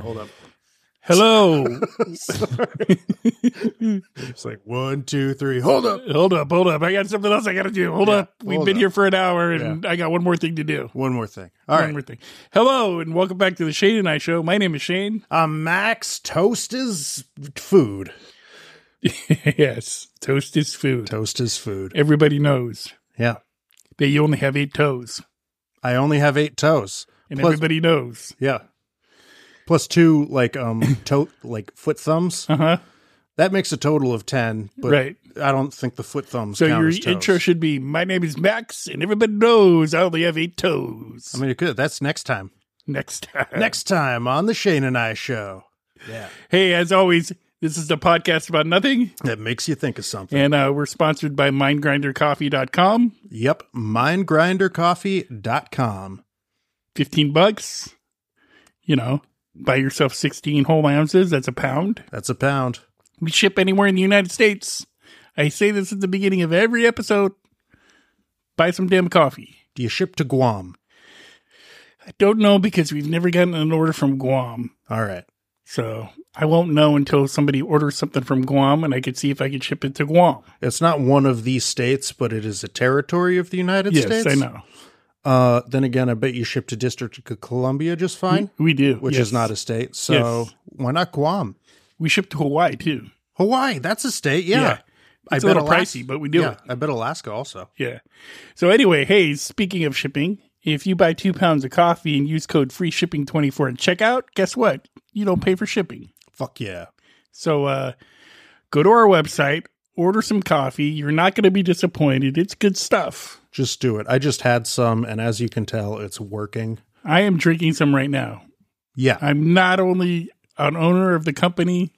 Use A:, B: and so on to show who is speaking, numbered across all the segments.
A: hold up.
B: Hello.
A: It's like one, two, three. Hold up.
B: hold up, hold up. I got something else I got to do. Hold
A: Yeah,
B: up. We've
A: hold
B: been
A: up.
B: here for an hour and I got one more thing to do.
A: One more thing. All
B: one
A: right.
B: more thing. Hello and welcome back to the Shane and I show. My name is Shane.
A: Uh, Max toast is food.
B: yes. Toast is food.
A: Toast is food.
B: Everybody knows
A: Yeah.
B: that you only have eight toes.
A: I only have eight toes.
B: And
A: Plus-
B: everybody knows.
A: Yeah. Plus two like um toe like foot thumbs.
B: Uh-huh.
A: That makes a total of ten. But
B: right.
A: I don't think the foot thumbs.
B: So
A: count
B: your
A: as toes.
B: intro should be my name is Max and everybody knows I only have eight toes.
A: I mean, it could. That's next time.
B: Next time.
A: Next time on the Shane and I show. Yeah.
B: Hey, as always, this is the podcast about nothing.
A: That makes you think of something.
B: And uh, we're sponsored by mindgrindercoffee.com.
A: Yep. Mindgrindercoffee.com.
B: 15 bucks. You know, buy yourself 16 whole ounces. That's a pound.
A: That's a pound.
B: We ship anywhere in the United States. I say this at the beginning of every episode. Buy some damn coffee.
A: Do you ship to Guam?
B: I don't know because we've never gotten an order from Guam.
A: All right.
B: So I won't know until somebody orders something from Guam and I can see if I can ship it to Guam.
A: It's not one of these states, but it is a territory of the United
B: yes,
A: States.
B: I know.
A: Uh, then again, I bet you ship to District of Columbia just fine,
B: We do.
A: which is not a state. So
B: Mm, Yes.
A: why not Guam?
B: We ship to Hawaii too.
A: Hawaii, that's a state. Yeah.
B: Yeah.
A: I
B: It's a little pricey, but we do
A: yeah,
B: it.
A: I bet Alaska also.
B: Yeah. So anyway, hey, speaking of shipping, if you buy two pounds of coffee and use code free shipping twenty four at checkout, guess what? You don't pay for shipping.
A: Fuck yeah.
B: So uh, go to our website, order some coffee. You're not going to be disappointed. It's good stuff.
A: Just do it. I just had some, and as you can tell, it's working.
B: I am drinking some right now.
A: Yeah.
B: I'm not only an owner of the company,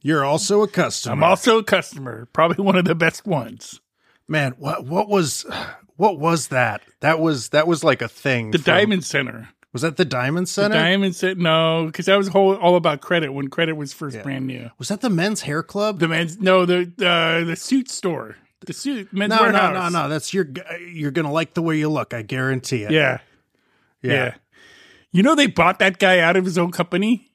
A: You're also a customer.
B: I'm also a customer. Probably one of the best ones.
A: Man, what what was what was that? That was that was like a thing.
B: The
A: from-
B: Diamond Center.
A: was that the Diamond Center?
B: Diamond Center. No, because that was whole all about credit when credit was first
A: Yeah.
B: brand new.
A: was that the men's hair club?
B: The man's no the uh, the suit store. The suit men's
A: no, no,
B: warehouse.
A: no, no. That's your. You're gonna like the way you look. I guarantee it.
B: Yeah, yeah. You know they bought that guy out of his own company,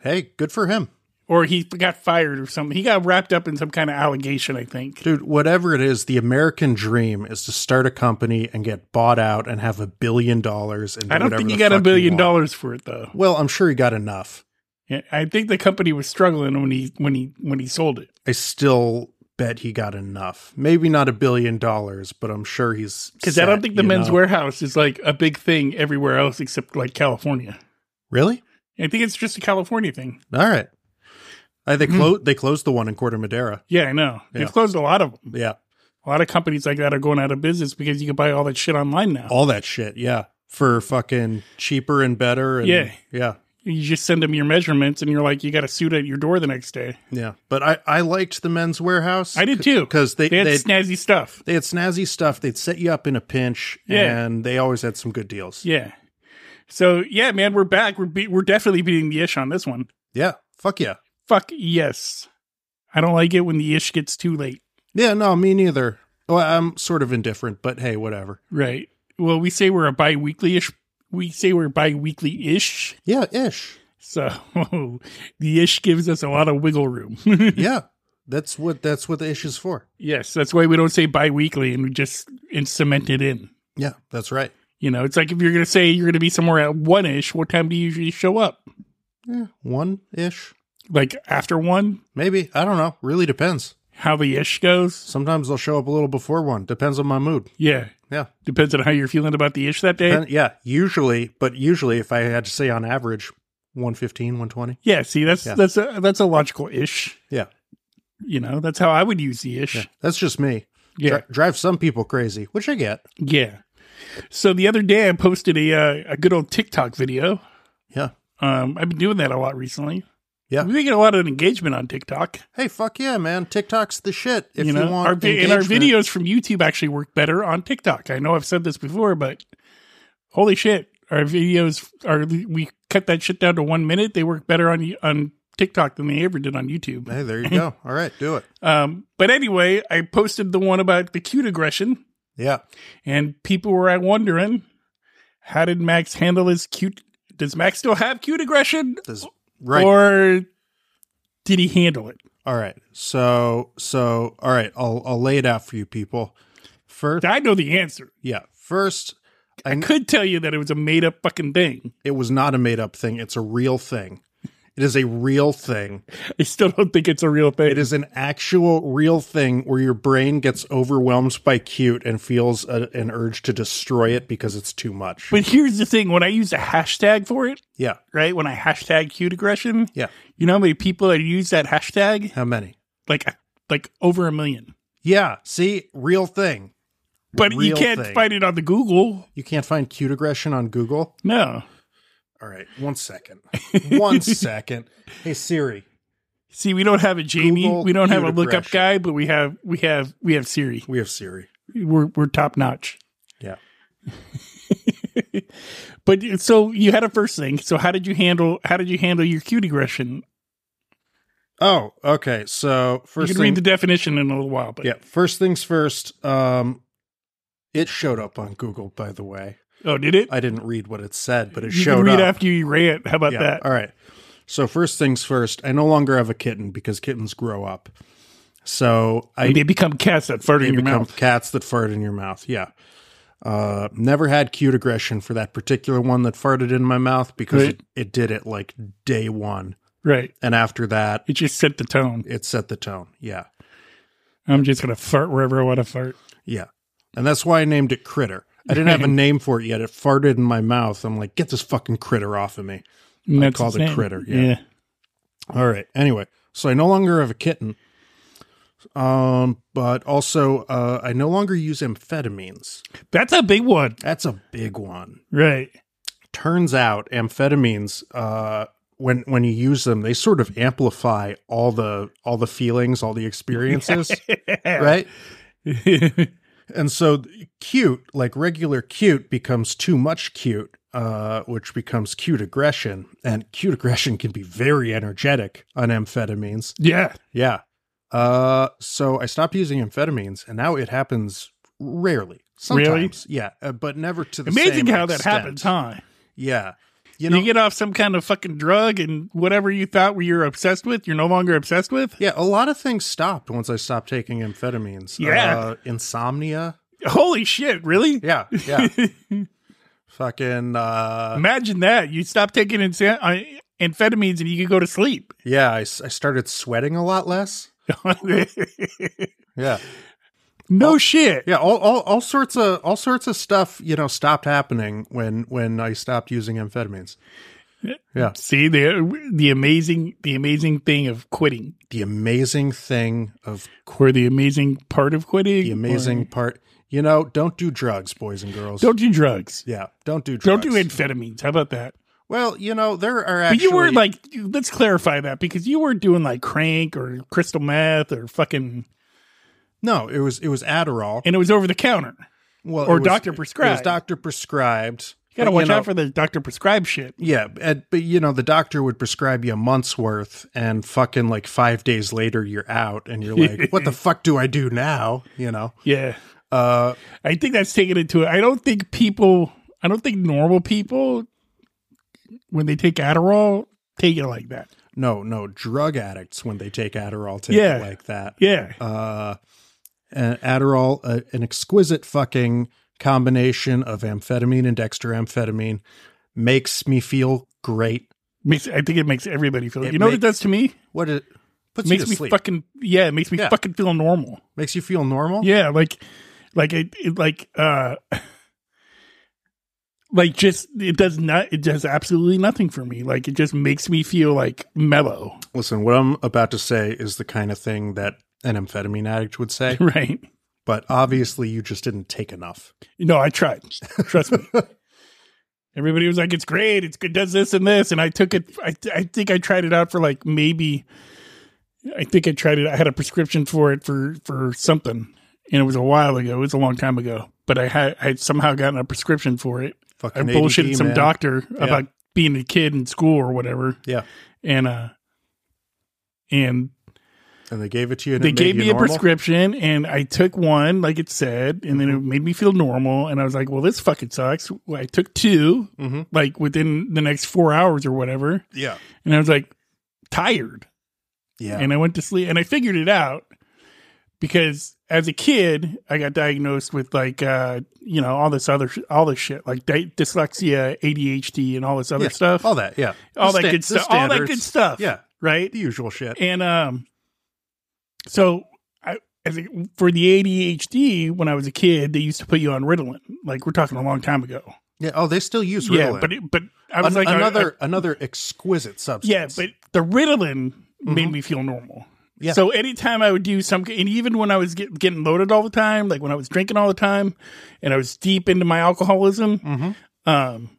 A: Hey, good for him,
B: or he got fired or something. He got wrapped up in some kind of allegation, I think.
A: dude. Whatever it is, the American dream is to start a company and get bought out and have a billion dollars. And do
B: I don't
A: whatever
B: think he
A: the
B: got a
A: fuck
B: billion
A: want.
B: dollars for it though.
A: Well, I'm sure he got enough.
B: Yeah, I think the company was struggling when he when he when he sold it.
A: I still bet he got enough. Maybe not a billion dollars, but I'm sure he's
B: Because I don't
A: set,
B: think the
A: you
B: men's
A: know?
B: warehouse is like a big thing everywhere else except like California.
A: Really?
B: I think it's just a California thing.
A: All right. Uh,
B: Hmm.
A: they closed. They closed the one in Corte Madera.
B: Yeah, I know.
A: Yeah.
B: They've closed a lot of them.
A: Yeah,
B: A lot of companies like that are going out of business because you can buy all that shit online now.
A: all that shit. Yeah, for fucking cheaper and better. And,
B: Yeah.
A: yeah,
B: you just send them your measurements and you're like you got a suit at your door the next day
A: yeah. But I I liked the men's warehouse.
B: i did too
A: because they
B: they had
A: they
B: snazzy stuff
A: they had snazzy stuff. They'd set you up in a pinch.
B: Yeah.
A: and they always had some good deals.
B: yeah so yeah man we're back we're be- we're definitely beating the ish on this one
A: Yeah, fuck yeah.
B: fuck yes i don't like it when the ish gets too late
A: Yeah, no, me neither. Well, I'm sort of indifferent, but hey, whatever.
B: right well we say we're a bi-weekly ish we say we're bi-weekly ish
A: Yeah, ish.
B: so the ish gives us a lot of wiggle room
A: yeah, that's what that's what the ish is for.
B: yes that's why we don't say bi-weekly and we just and cement it in
A: Yeah, that's right.
B: you know it's like if you're gonna say you're gonna be somewhere at one ish what time do you usually show up
A: Yeah, one ish.
B: like after one,
A: Maybe I don't know. Really depends.
B: how the ish goes.
A: Sometimes they'll show up a little before one. Depends on my mood.
B: Yeah.
A: Yeah.
B: Depends on how you're feeling about the ish that day.
A: Depen- yeah. Usually, but usually, if I had to say on average, 115, 120.
B: yeah, see that's
A: Yeah.
B: that's a that's a logical ish.
A: Yeah.
B: You know, that's how I would use the
A: Yeah.
B: ish.
A: That's just me.
B: Yeah. Yeah.
A: Dri- drive some people crazy, which I get.
B: So the other day I posted a uh, a good old TikTok video.
A: Yeah.
B: Um I've been doing that a lot recently.
A: Yeah.
B: We get a lot of engagement on TikTok.
A: Hey, fuck yeah, man. TikTok's the shit. If
B: you
A: you,
B: know,
A: want
B: our vi- and our
A: engagement.
B: videos from YouTube actually work better on TikTok. I know I've said this before, but holy shit, our videos are we cut that shit down to one minute. They work better on on TikTok than they ever did on YouTube.
A: Hey, there you go. All right, do it.
B: Um, but anyway, I posted the one about the cute aggression,
A: Yeah.
B: and people were wondering how did Max handle his cute. Does Max still have cute aggression?
A: Does Right.
B: Or did he handle it?
A: all right. So so all right, I'll I'll lay it out for you people. First
B: I know the answer.
A: yeah, first
B: I could tell you that it was a made up fucking thing.
A: it was not a made up thing. It's a real thing. It is a real thing.
B: I still don't think it's a real thing.
A: It is an actual real thing where your brain gets overwhelmed by cute and feels a, an urge to destroy it because it's too much.
B: But here's the thing: when I use a hashtag for it,
A: Yeah.
B: right? When I hashtag cute aggression,
A: Yeah.
B: you know how many people that use that hashtag?
A: How many?
B: Like, like over a million.
A: Yeah. See, real thing.
B: But you
A: Real
B: can't
A: thing.
B: find it on the Google.
A: You can't find cute aggression on Google.
B: No.
A: All right. One second. One second. Hey, Siri.
B: See, we don't have a Jamie.
A: Google
B: we don't have a
A: cute
B: lookup
A: aggression.
B: guy, but we have we have we have Siri.
A: We have Siri.
B: We're we're top notch.
A: Yeah.
B: But so you had a first thing. So how did you handle how did you handle your cute aggression?
A: Oh, okay. So
B: You
A: first
B: can
A: thing,
B: read the definition in a little while, but
A: yeah. First things first. Um, it showed up on Google, by the way.
B: oh, did it?
A: I didn't read what it said, but it
B: you
A: showed
B: can read
A: up.
B: after you rant. How about
A: yeah.
B: that?
A: All right. So first things first. I no longer have a kitten because kittens grow up. So I
B: And they become cats that fart in your
A: become
B: mouth.
A: cats that fart in your mouth. Yeah. Uh, never had cute aggression for that particular one that farted in my mouth because
B: Right.
A: it, it did it like day one.
B: Right.
A: And after that,
B: It just set the tone.
A: it set the tone. Yeah.
B: I'm just gonna fart wherever I want to fart.
A: Yeah. And that's why I named it Critter. I didn't have a name for it yet. It farted in my mouth. I'm like, get this fucking critter off of me.
B: And that's
A: called
B: its
A: it
B: name.
A: critter, yeah. All right. Anyway, so I no longer have a kitten. Um, but also, uh, I no longer use amphetamines.
B: That's a big one.
A: That's a big one.
B: Right.
A: turns out amphetamines uh when when you use them they sort of amplify all the all the feelings all the experiences right and so th- cute like regular cute becomes too much cute uh which becomes cute aggression and cute aggression can be very energetic on amphetamines
B: yeah.
A: yeah uh so i stopped using amphetamines and now it happens rarely
B: Really?
A: sometimes yeah uh, but never to the
B: Amazing
A: same
B: how that
A: extent.
B: happens, huh?
A: yeah you
B: You,
A: know
B: get off some kind of fucking drug and whatever you thought were you're obsessed with, you're no longer obsessed with.
A: Yeah, a lot of things stopped once I stopped taking amphetamines.
B: Yeah.
A: Uh, insomnia.
B: Holy shit, really?
A: Yeah, yeah. Fucking, uh,
B: Imagine that. You stop taking insa- uh, amphetamines and you could go to sleep.
A: yeah, I, s- I started sweating a lot less. Yeah. Oh.
B: no shit.
A: Yeah, all, all, all sorts of all sorts of stuff, you know, stopped happening when when I stopped using amphetamines. Yeah.
B: See the the amazing the amazing thing of quitting
A: The amazing thing of
B: or the amazing part of quitting.
A: the amazing
B: or-
A: part, you know, don't do drugs, boys and girls.
B: Don't do drugs.
A: yeah, don't do drugs.
B: Don't do amphetamines. How about that?
A: Well, you know, there are actually
B: But you weren't like let's clarify that because you weren't doing like crank or crystal meth or fucking
A: No, it was it was Adderall.
B: and it was over the counter.
A: well,
B: Or
A: it was-
B: doctor
A: It was
B: prescribed.
A: doctor prescribed.
B: You gotta
A: But,
B: watch
A: know,
B: out for the doctor prescribed shit.
A: Yeah, and, but you know the doctor would prescribe you a month's worth, and fucking like five days later you're out, and you're like, "What the fuck do I do now?" You know.
B: Yeah.
A: Uh,
B: I think that's taken into it. I don't think people I don't think normal people when they take Adderall take it like that.
A: no, no, drug addicts when they take Adderall take
B: Yeah.
A: it like that.
B: Yeah.
A: Uh, and Adderall, a, an exquisite fucking combination of amphetamine and dextroamphetamine, makes me feel great.
B: Makes I think it makes everybody feel
A: It
B: you know what
A: make-
B: it does to me?
A: What it puts you
B: makes
A: to
B: me
A: sleep,
B: fucking yeah, it makes me
A: Yeah.
B: fucking feel normal.
A: makes you feel normal.
B: Yeah, like like it, it like uh like just it does not it does absolutely nothing for me. Like it just makes me feel like mellow,
A: Listen, what I'm about to say is the kind of thing that an amphetamine addict would say.
B: right?
A: but obviously you just didn't take enough.
B: No, I tried. Trust me. Everybody was like, "It's great. It's good. Does this and this." And I took it. I I think I tried it out for like maybe. I think I tried it. I had a prescription for it for for something, and it was a while ago. It was a long time ago, but I had I had somehow gotten a prescription for it. I
A: Fucking
B: bullshitted
A: ADD,
B: some
A: man.
B: doctor about being a kid in school or whatever,
A: Yeah,
B: uh, and uh, and
A: and they gave it to you. And
B: they
A: it made
B: gave
A: you
B: me a
A: normal?
B: prescription and I took one, like it said, and then it
A: Mm-hmm.
B: made me feel normal. And I was like, well, this fucking sucks. Well, I took 2
A: Mhm.
B: like within the next four hours or whatever.
A: Yeah,
B: And I was like, tired.
A: yeah,
B: And I went to sleep and I figured it out because as a kid, I got diagnosed with like, uh, you know, all this other, sh- all this shit, like di- dyslexia, ADHD, and all this other
A: Yeah.
B: stuff.
A: all that. Yeah,
B: all
A: The
B: that
A: sta-
B: good
A: the
B: stuff. All that
A: standards.
B: good stuff.
A: Yeah,
B: Right.
A: the usual shit.
B: And um, so I, as a, for the ADHD, when I was a kid, they used to put you on Ritalin. Like we're talking a long time ago.
A: Yeah. Oh, they still use Ritalin.
B: Yeah, but it, but I was
A: An-
B: like I-
A: another
B: I-
A: another exquisite
B: yeah,
A: substance.
B: but the Ritalin made
A: Mhm.
B: me feel normal.
A: Yeah.
B: So anytime I would do some, and even when I was get, getting loaded all the time, like when I was drinking all the time, and I was deep into my alcoholism,
A: Mhm.
B: um,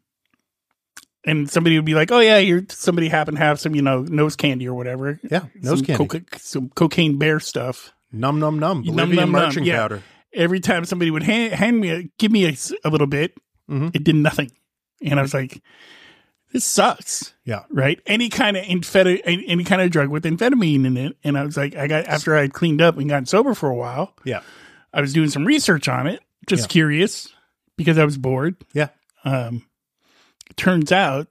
B: and somebody would be like, "Oh yeah, you're somebody happened to have some, you know, nose candy or whatever,
A: yeah, nose
B: some
A: candy,
B: coca- some cocaine bear stuff."
A: num num num,
B: Num,
A: Bolivian
B: num, num,
A: marching
B: yeah.
A: powder.
B: every time somebody would hand, hand me a, give me a, s- a little bit,
A: Mhm.
B: it did nothing, and I was like, "This sucks."
A: Yeah.
B: right. Any kind of amphet- any, any kind of drug with amphetamine in it, and I was like, I got after I had cleaned up and gotten sober for a while.
A: Yeah.
B: I was doing some research on it, just
A: Yeah.
B: curious because I was bored.
A: Yeah.
B: Um, it turns out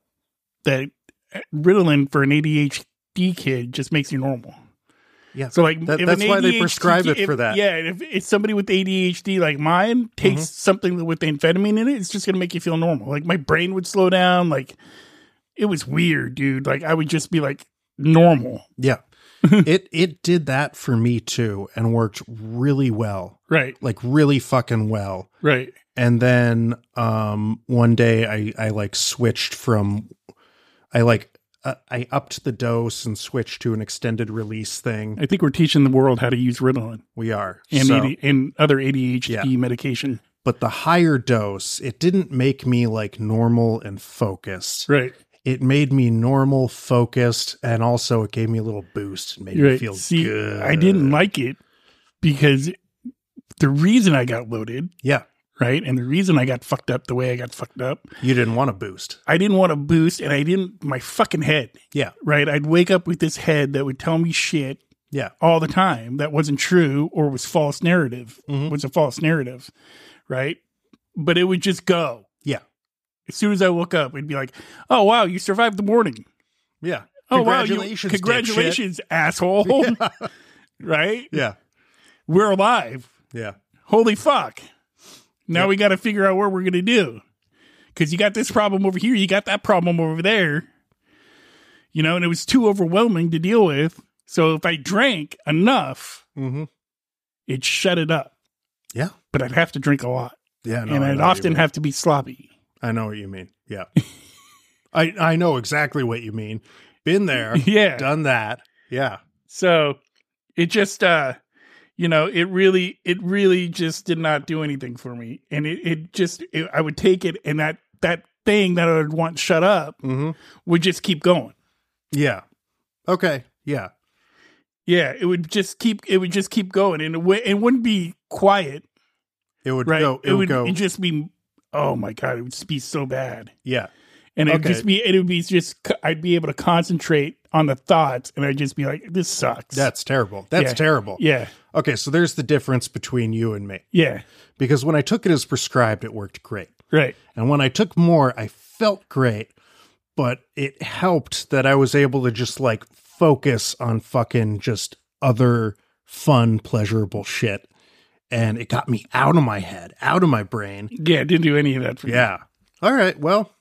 B: that Ritalin for an ADHD kid just makes you normal.
A: Yeah.
B: So like
A: That-
B: if
A: that's
B: an
A: why they
B: ADHD
A: prescribe it
B: if-
A: for that.
B: Yeah, if, if somebody with ADHD like mine takes
A: Mhm.
B: something with amphetamine in it, it's just gonna make you feel normal. Like my brain would slow down. Like it was weird, dude. Like I would just be like normal,
A: Yeah. it it did that for me too and worked really well.
B: right?
A: Like really fucking well.
B: Right.
A: and then um one day i i like switched from i like uh, i upped the dose and switched to an extended release thing
B: I think we're teaching the world how to use Ritalin
A: we are
B: and
A: So-
B: AD, and other ADHD
A: Yeah.
B: medication.
A: but the higher dose it didn't make me like normal and focused
B: Right.
A: it made me normal focused and also it gave me a little boost and made
B: You're
A: me
B: right.
A: feel
B: See,
A: good
B: I didn't like it because the reason I got loaded,
A: yeah
B: right, and the reason I got fucked up the way I got fucked up,
A: you didn't want to boost
B: I didn't want to boost, and I didn't my fucking head,
A: yeah
B: right? I'd wake up with this head that would tell me shit
A: yeah
B: all the time that wasn't true or was false narrative,
A: Mhm.
B: was a false narrative, right? But it would just go.
A: Yeah.
B: As soon as I woke up, it'd be like, "Oh wow, you survived the morning."
A: yeah
B: Oh wow, you
A: Congratulations, dipshit.
B: congratulations, asshole! right?
A: yeah
B: We're alive.
A: yeah
B: Holy fuck! Now
A: Yep.
B: we got to figure out what we're gonna do because you got this problem over here, you got that problem over there. You know, and it was too overwhelming to deal with. So if I drank enough,
A: mm-hmm.
B: it shut it up.
A: Yeah.
B: but I'd have to drink a lot,
A: yeah no,
B: and
A: I
B: I'd
A: know what you
B: often
A: mean.
B: have to be sloppy.
A: I know what you mean. Yeah. I I know exactly what you mean. Been there,
B: yeah,
A: done that. Yeah.
B: So it just uh you know, it really it really just did not do anything for me. And it, it just it, I would take it and that that thing that I would want shut up
A: Mm-hmm.
B: would just keep going.
A: Yeah. Okay. Yeah.
B: Yeah, it would just keep it would just keep going and it, w- it wouldn't be quiet,
A: It would
B: right?
A: go. It, would go.
B: it'd just be oh my god, it would just be so bad.
A: yeah.
B: And it'd
A: Okay.
B: just be it would be just c- I'd be able to concentrate on the thoughts and I'd just be like this sucks.
A: That's terrible. That's
B: Yeah.
A: terrible.
B: yeah.
A: Okay. So there's the difference between you and me
B: Yeah.
A: because when I took it as prescribed, it worked great,
B: Right.
A: and when I took more, I felt great, but it helped that I was able to just like focus on fucking just other fun, pleasurable shit. And it got me out of my head, out of my brain,
B: Yeah, it didn't do any of that for me.
A: Yeah. All right. Well,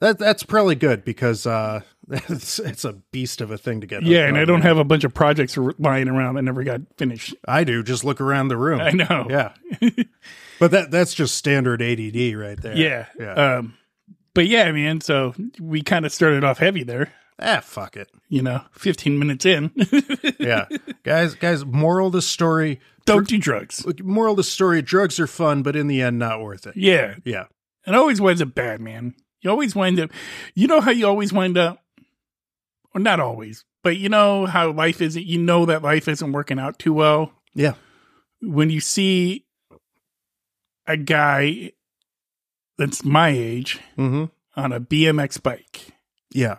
A: that that's probably good because uh, it's, it's a beast of a thing to get.
B: Yeah,
A: hooked
B: and I
A: on.
B: don't have a bunch of projects r- lying around that never got finished.
A: I do. Just look around the room.
B: I know.
A: Yeah. but that that's just standard ADD right there.
B: Yeah.
A: Yeah.
B: Um, but yeah, man. So we kind of started off heavy there.
A: ah, fuck it.
B: You know, 15 minutes in,
A: Yeah, guys, guys. Moral of the story.
B: don't do drugs.
A: Moral of the story. Drugs are fun, but in the end, not worth it.
B: Yeah,
A: Yeah.
B: it always winds up bad, man. You always wind up. You know how you always wind up. Well, not always, but you know how life isn't. You know that life isn't working out too well.
A: Yeah.
B: when you see a guy that's my age
A: Mm-hmm.
B: on a BMX bike.
A: Yeah.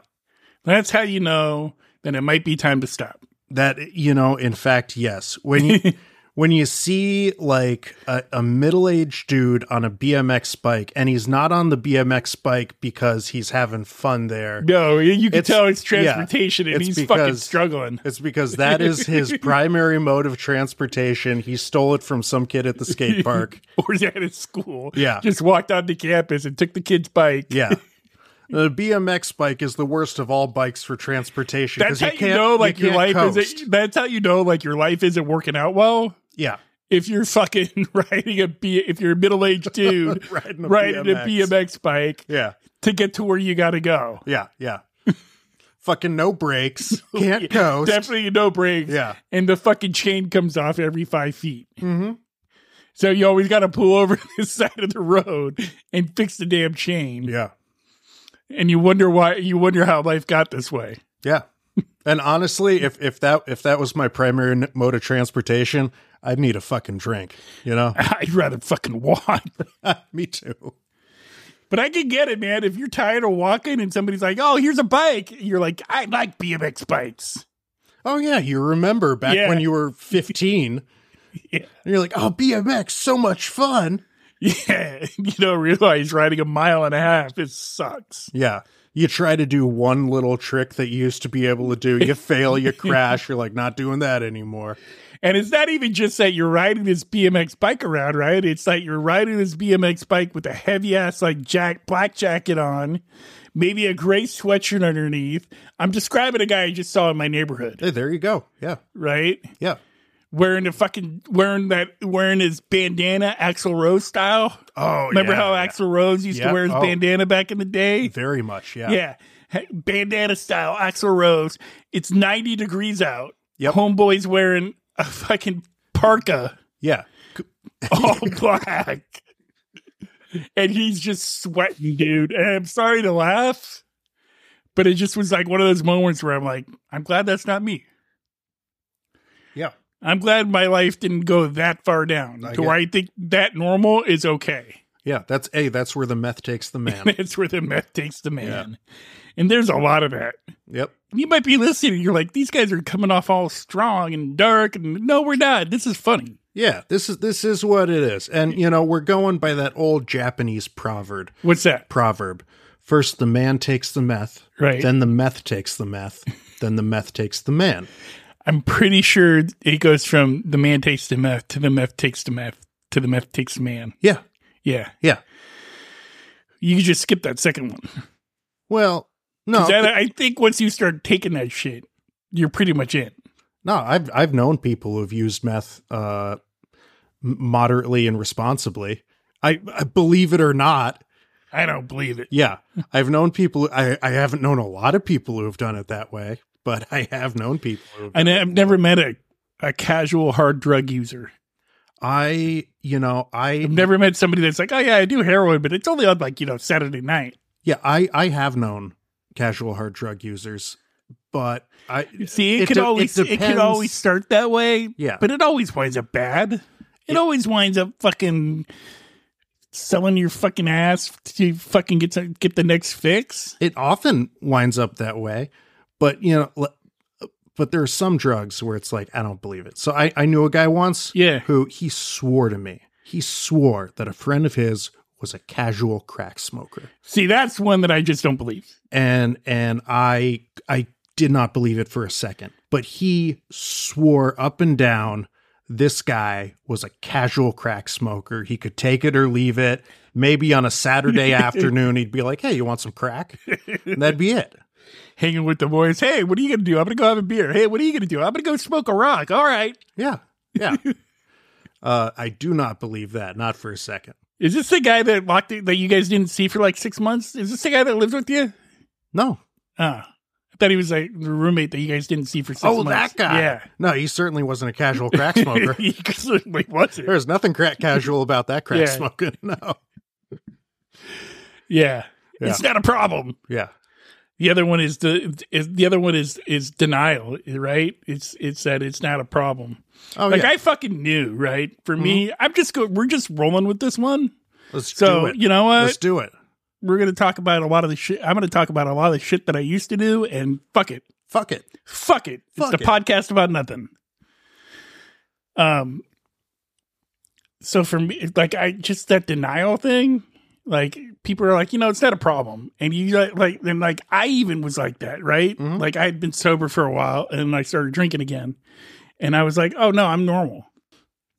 B: That's how you know that it might be time to stop.
A: That you know, in fact, yes. When you when you see like a, a middle aged dude on a BMX bike, and he's not on the BMX bike because he's having fun there.
B: No, you- you can
A: It's-
B: tell it's
A: yeah.
B: transportation and
A: It's
B: he's fucking
A: because-
B: struggling.
A: It's because that is his primary mode of transportation. He stole it from some kid at the skate park.
B: Or he's at his school.
A: Yeah.
B: Just walked onto campus and took the kid's bike.
A: Yeah. The BMX bike is the worst of all bikes for transportation.
B: That's
A: 'cause
B: how you
A: can't-
B: know like your life
A: can't coast.
B: isn't that's how you know like your life isn't working out well.
A: Yeah.
B: If you're fucking riding a B if you're a middle aged dude
A: Riding a
B: riding a
A: BMX.
B: BMX bike
A: Yeah.
B: to get to where you gotta go.
A: Yeah. Yeah. Fucking no brakes. Can't coast.
B: Definitely no brakes.
A: Yeah.
B: And the fucking chain comes off every five feet.
A: hmm
B: So you always gotta pull over to the side of the road and fix the damn chain.
A: Yeah.
B: And you wonder why you wonder how life got this way.
A: Yeah. And honestly, if, if that if that was my primary n- mode of transportation, I'd need a fucking drink. You know,
B: I'd rather fucking walk.
A: me too.
B: But I can get it, man. If you're tired of walking and somebody's like, "Oh, here's a bike," you're like, "I like BMX bikes."
A: Oh yeah, you remember back
B: Yeah.
A: when you were fifteen,
B: Yeah.
A: and you're like, "Oh, BMX, so much fun."
B: Yeah, you don't realize riding a mile and a half it sucks.
A: Yeah. You try to do one little trick that you used to be able to do. You fail, you crash. You're like, not doing that anymore.
B: And it's not even just that you're riding this BMX bike around, right? It's like you're riding this BMX bike with a heavy ass like jack black jacket on, maybe a gray sweatshirt underneath. I'm describing a guy I just saw in my neighborhood,
A: Hey, there you go. Yeah.
B: right?
A: Yeah.
B: Wearing the fucking wearing that wearing his bandana Axl Rose style.
A: Oh,
B: Remember
A: yeah,
B: how
A: yeah.
B: Axl Rose used
A: Yeah.
B: to wear his
A: Oh.
B: bandana back in the day?
A: Very much. Yeah.
B: Yeah. Hey, Bandana style, Axl Rose. It's 90 degrees out.
A: Yep.
B: Homeboy's wearing a fucking parka,
A: Yeah.
B: all Oh, black. And he's just sweating, dude. And I'm sorry to laugh, but it just was like one of those moments where I'm like, I'm glad that's not me.
A: Yeah.
B: I'm glad my life didn't go that far down
A: I
B: to where I think that normal is okay.
A: Yeah. That's, hey, that's where the meth takes the man.
B: That's where the meth takes the man. And there's a lot of that.
A: yep.
B: You might be listening, you're like, these guys are coming off all strong and dark, and no, we're not. This is funny.
A: Yeah. This is, this is what it is. And, you know, we're going by that old Japanese proverb,
B: What's that?
A: proverb. First, the man takes the meth.
B: Right.
A: Then the meth takes the meth. then the meth takes the man.
B: I'm pretty sure it goes from the man takes the meth to the meth takes the meth to the meth takes the man.
A: Yeah.
B: Yeah.
A: Yeah.
B: You could just skip that second one.
A: Well, no.
B: 'Cause that- I think once you start taking that shit, you're pretty much in.
A: No, I've I've known people who've used meth uh, m- moderately and responsibly. I, I believe it or not,
B: I don't believe it.
A: yeah, I've known people. I I haven't known a lot of people who've done it that way, but I have known people. Who've,
B: And I've never met a, a casual hard drug user.
A: I you know I
B: I've never met somebody that's like, oh, yeah, I do heroin, but it's only on like, you know, Saturday night.
A: yeah I I have known casual hard drug users, but I
B: See, it,
A: It
B: could
A: de- it
B: always it, could
A: depends.
B: always start that way,
A: yeah
B: but it always winds up bad. It
A: Yeah.
B: always winds up fucking selling your fucking ass to fucking get to get the next fix.
A: it often winds up that way but you know l- but there are some drugs where it's like i don't believe it so i i knew a guy once
B: Yeah.
A: who he swore to me he swore that a friend of his was a casual crack smoker
B: See, that's one that I just don't believe.
A: and and i i did not believe it for a second but he swore up and down this guy was a casual crack smoker he could take it or leave it maybe on a saturday afternoon he'd be like hey you want some crack and that'd be it
B: Hanging with the boys, hey, what are you gonna do? I'm gonna go have a beer. Hey, what are you gonna do? I'm gonna go smoke a rock. All right.
A: Yeah. Yeah. uh, I do not believe that, not for a second.
B: Is this the guy that locked it, that you guys didn't see for like six months? Is this the guy that lives with you?
A: No.
B: Uh, I thought he was like the roommate that you guys didn't see for six
A: Oh,
B: months.
A: that guy.
B: Yeah.
A: No, he certainly wasn't a casual crack smoker.
B: he certainly wasn't.
A: There's nothing crack casual about that crack
B: Yeah.
A: smoking. No.
B: Yeah.
A: Yeah.
B: It's not a problem.
A: Yeah.
B: The other one is the is the other one is is denial, right? It's it's that it's not a problem.
A: Oh,
B: like
A: yeah. Mm-hmm.
B: I fucking knew, right? For me, I'm just go we're just rolling with this one.
A: Let's do
B: So
A: it.
B: you know what?
A: Let's do it.
B: we're gonna talk about a lot of the shit. I'm gonna talk about a lot of the shit that I used to do, and fuck it,
A: Fuck it.
B: Fuck it.
A: Fuck
B: it's the
A: it.
B: podcast about nothing. Um so for me it's like I just that denial thing, like people are like, you know, it's not a problem. And you like like- and like I even was like that, right?
A: Mhm.
B: Like I had been sober for a while and I started drinking again. And I was like, oh no, I'm normal.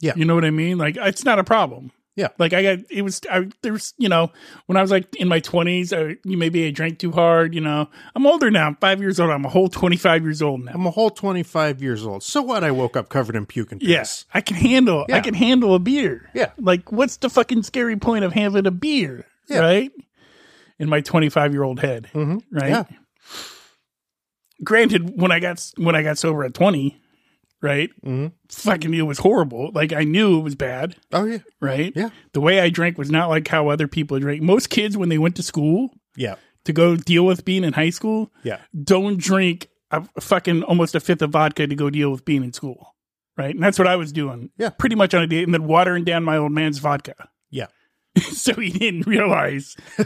A: Yeah.
B: You know what I mean? Like it's not a problem.
A: Yeah.
B: Like I got it was I there's you know, when I was like in my twenties, I maybe I drank too hard, you know. I'm older now. I'm five years old. I'm a whole 25 years old now.
A: I'm a whole 25 years old. So what? I woke up covered in puke and piss.
B: Yes, I can handle. I
A: Yeah.
B: can handle a beer.
A: Yeah.
B: Like, what's the fucking scary point of having a beer?
A: Yeah.
B: Right. In my 25 year old head.
A: Mhm.
B: Right.
A: Yeah.
B: Granted, when I got s- when I got sober at 20, right,
A: Mhm.
B: fucking it was horrible. Like I knew it was bad.
A: Oh yeah.
B: Right.
A: Yeah.
B: The way I drank was not like how other people drank. Most kids, when they went to school
A: Yeah.
B: to go deal with being in high school,
A: Yeah.
B: don't drink a a fucking almost a fifth of vodka to go deal with being in school. Right. And that's what I was doing.
A: Yeah.
B: Pretty much on a date and then watering down my old man's vodka.
A: Yeah.
B: so he didn't realize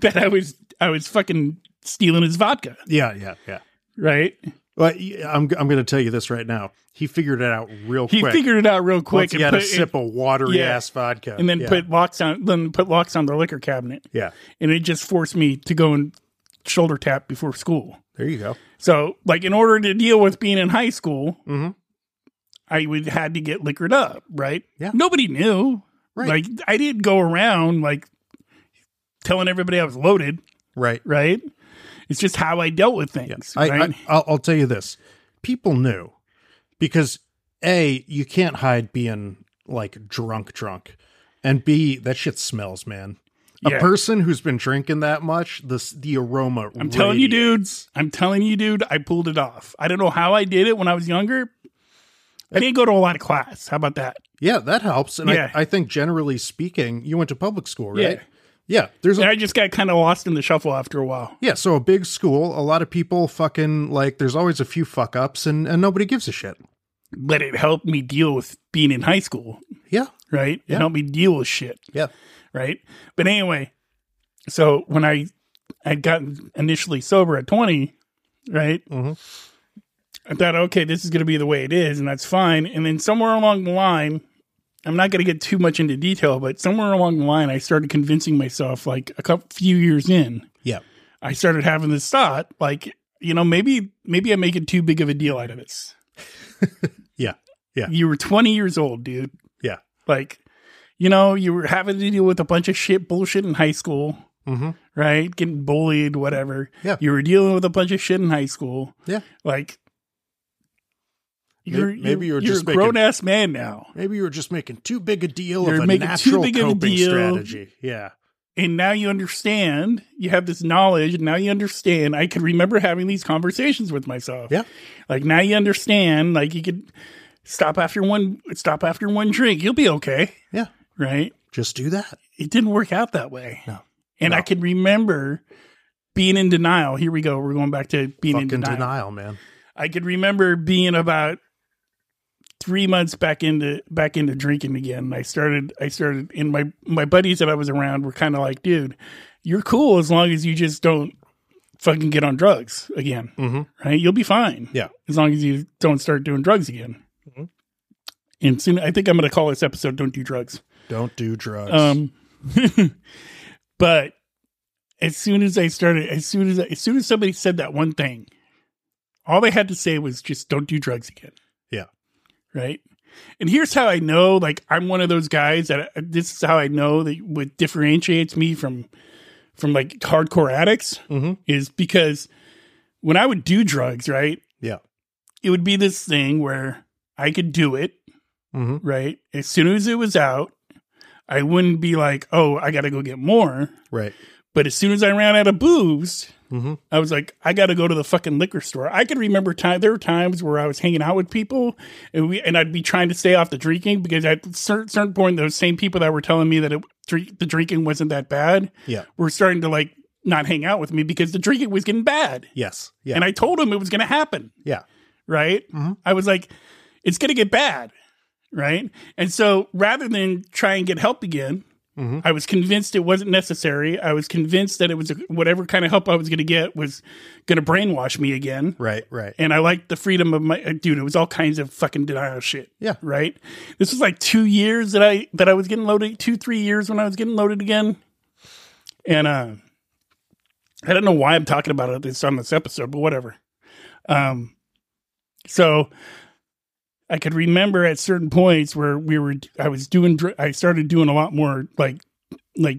B: that I was I was fucking stealing his vodka.
A: Yeah. Yeah. Yeah.
B: Right.
A: Well, y- I'm I'm going to tell you this right now. He figured it out real
B: He
A: quick.
B: figured it out real
A: once
B: quick
A: he had a
B: put-
A: sip of watery
B: Yeah.
A: ass vodka,
B: and then
A: yeah.
B: put locks on then put locks on the liquor cabinet.
A: yeah.
B: And it just forced me to go and shoulder tap before school.
A: There you go.
B: So like in order to deal with being in high school,
A: Mm-hmm.
B: I would had to get liquored up, right?
A: Yeah.
B: Nobody knew.
A: Right.
B: Like I didn't go around like telling everybody I was loaded,
A: Right.
B: right? It's just how I dealt with things.
A: I,
B: right?
A: I I'll, I'll tell you this: people knew because a you can't hide being like drunk, drunk, and b that shit smells, man.
B: Yeah.
A: A person who's been drinking that much, this the aroma.
B: I'm telling you, dudes. I'm telling you, dude, I pulled it off. I don't know how I did it when I was younger. I didn't go to a lot of class. How about that?
A: Yeah, that helps. And
B: Yeah.
A: I, I think generally speaking, you went to public school, right?
B: Yeah.
A: Yeah. there's
B: And
A: a,
B: I just got kind of lost in the shuffle after a while.
A: yeah, so a big school, a lot of people fucking like there's always a few fuck ups and, and nobody gives a shit.
B: But it helped me deal with being in high school,
A: Yeah.
B: right?
A: Yeah.
B: It helped me deal with shit.
A: Yeah.
B: right? But anyway, so when I I'd gotten initially sober at 20, right?
A: Mhm.
B: I thought, okay, this is going to be the way it is, and that's fine. And then somewhere along the line, I'm not going to get too much into detail, but somewhere along the line, I started convincing myself, like a couple few years in,
A: Yeah.
B: I started having this thought, like you know, maybe maybe I'm making too big of a deal out of this.
A: Yeah. Yeah.
B: You were 20 years old, dude.
A: Yeah.
B: Like, you know, you were having to deal with a bunch of shit bullshit in high school
A: Mm-hmm.
B: right? Getting bullied, whatever.
A: Yeah.
B: You were dealing with a bunch of shit in high school.
A: Yeah.
B: Like
A: May-
B: you're
A: maybe
B: you're,
A: you're
B: you're
A: just
B: a
A: making-
B: grown ass man now.
A: Maybe you were just making too big a deal
B: You're
A: of a
B: making too
A: natural
B: big of a
A: coping
B: deal.
A: strategy. Yeah.
B: And now you understand, you have this knowledge, and now you understand. I can remember having these conversations with myself.
A: Yeah.
B: Like now you understand, like you could stop after one stop after one drink. You'll be okay.
A: Yeah.
B: Right?
A: Just do that.
B: it didn't work out that way.
A: No.
B: And
A: No.
B: I can remember being in denial. Here we go. We're going back to being in
A: Fucking
B: denial.
A: denial, man.
B: I could remember being about three months back into back into drinking again. I started I started and my my buddies that I was around were kind of like, dude, you're cool as long as you just don't fucking get on drugs again
A: Mm-hmm.
B: right? You'll be fine.
A: Yeah.
B: As long as you don't start doing drugs again.
A: Mhm.
B: And soon, I think I'm going to call this episode "Don't Do Drugs."
A: Don't do drugs.
B: Um, but as soon as I started, as soon as as soon as somebody said that one thing, all they had to say was just "Don't do drugs again."
A: Yeah.
B: Right. And here's how I know, like I'm one of those guys that uh, this is how I know that what differentiates me from from like hardcore addicts
A: mm-hmm.
B: is because when I would do drugs, right?
A: Yeah.
B: It would be this thing where I could do it,
A: Mm-hmm.
B: right? As soon as it was out, I wouldn't be like, oh, I got to go get more.
A: Right.
B: But as soon as I ran out of booze,
A: Mm-hmm.
B: I was like, I got to go to the fucking liquor store. I could remember time there were times where I was hanging out with people and we and I'd be trying to stay off the drinking because at a certain, certain point those same people that were telling me that it, drink, the drinking wasn't that bad
A: Yeah.
B: were starting to like not hang out with me because the drinking was getting bad.
A: Yes. Yeah.
B: And I told him it was going to happen,
A: yeah.
B: right?
A: Mhm.
B: I was like, it's going to get bad, right? And so rather than try and get help again,
A: Mhm.
B: I was convinced it wasn't necessary. I was convinced that it was whatever kind of help I was going to get was going to brainwash me again.
A: Right, right.
B: And I liked the freedom of my dude. It was all kinds of fucking denial shit.
A: Yeah.
B: Right. This was like two years that I that I was getting loaded. Two three years when I was getting loaded again. And uh, I don't know why I'm talking about it this on this episode, but whatever. Um, so I could remember at certain points where we were, I was doing, dr- I started doing a lot more like, like,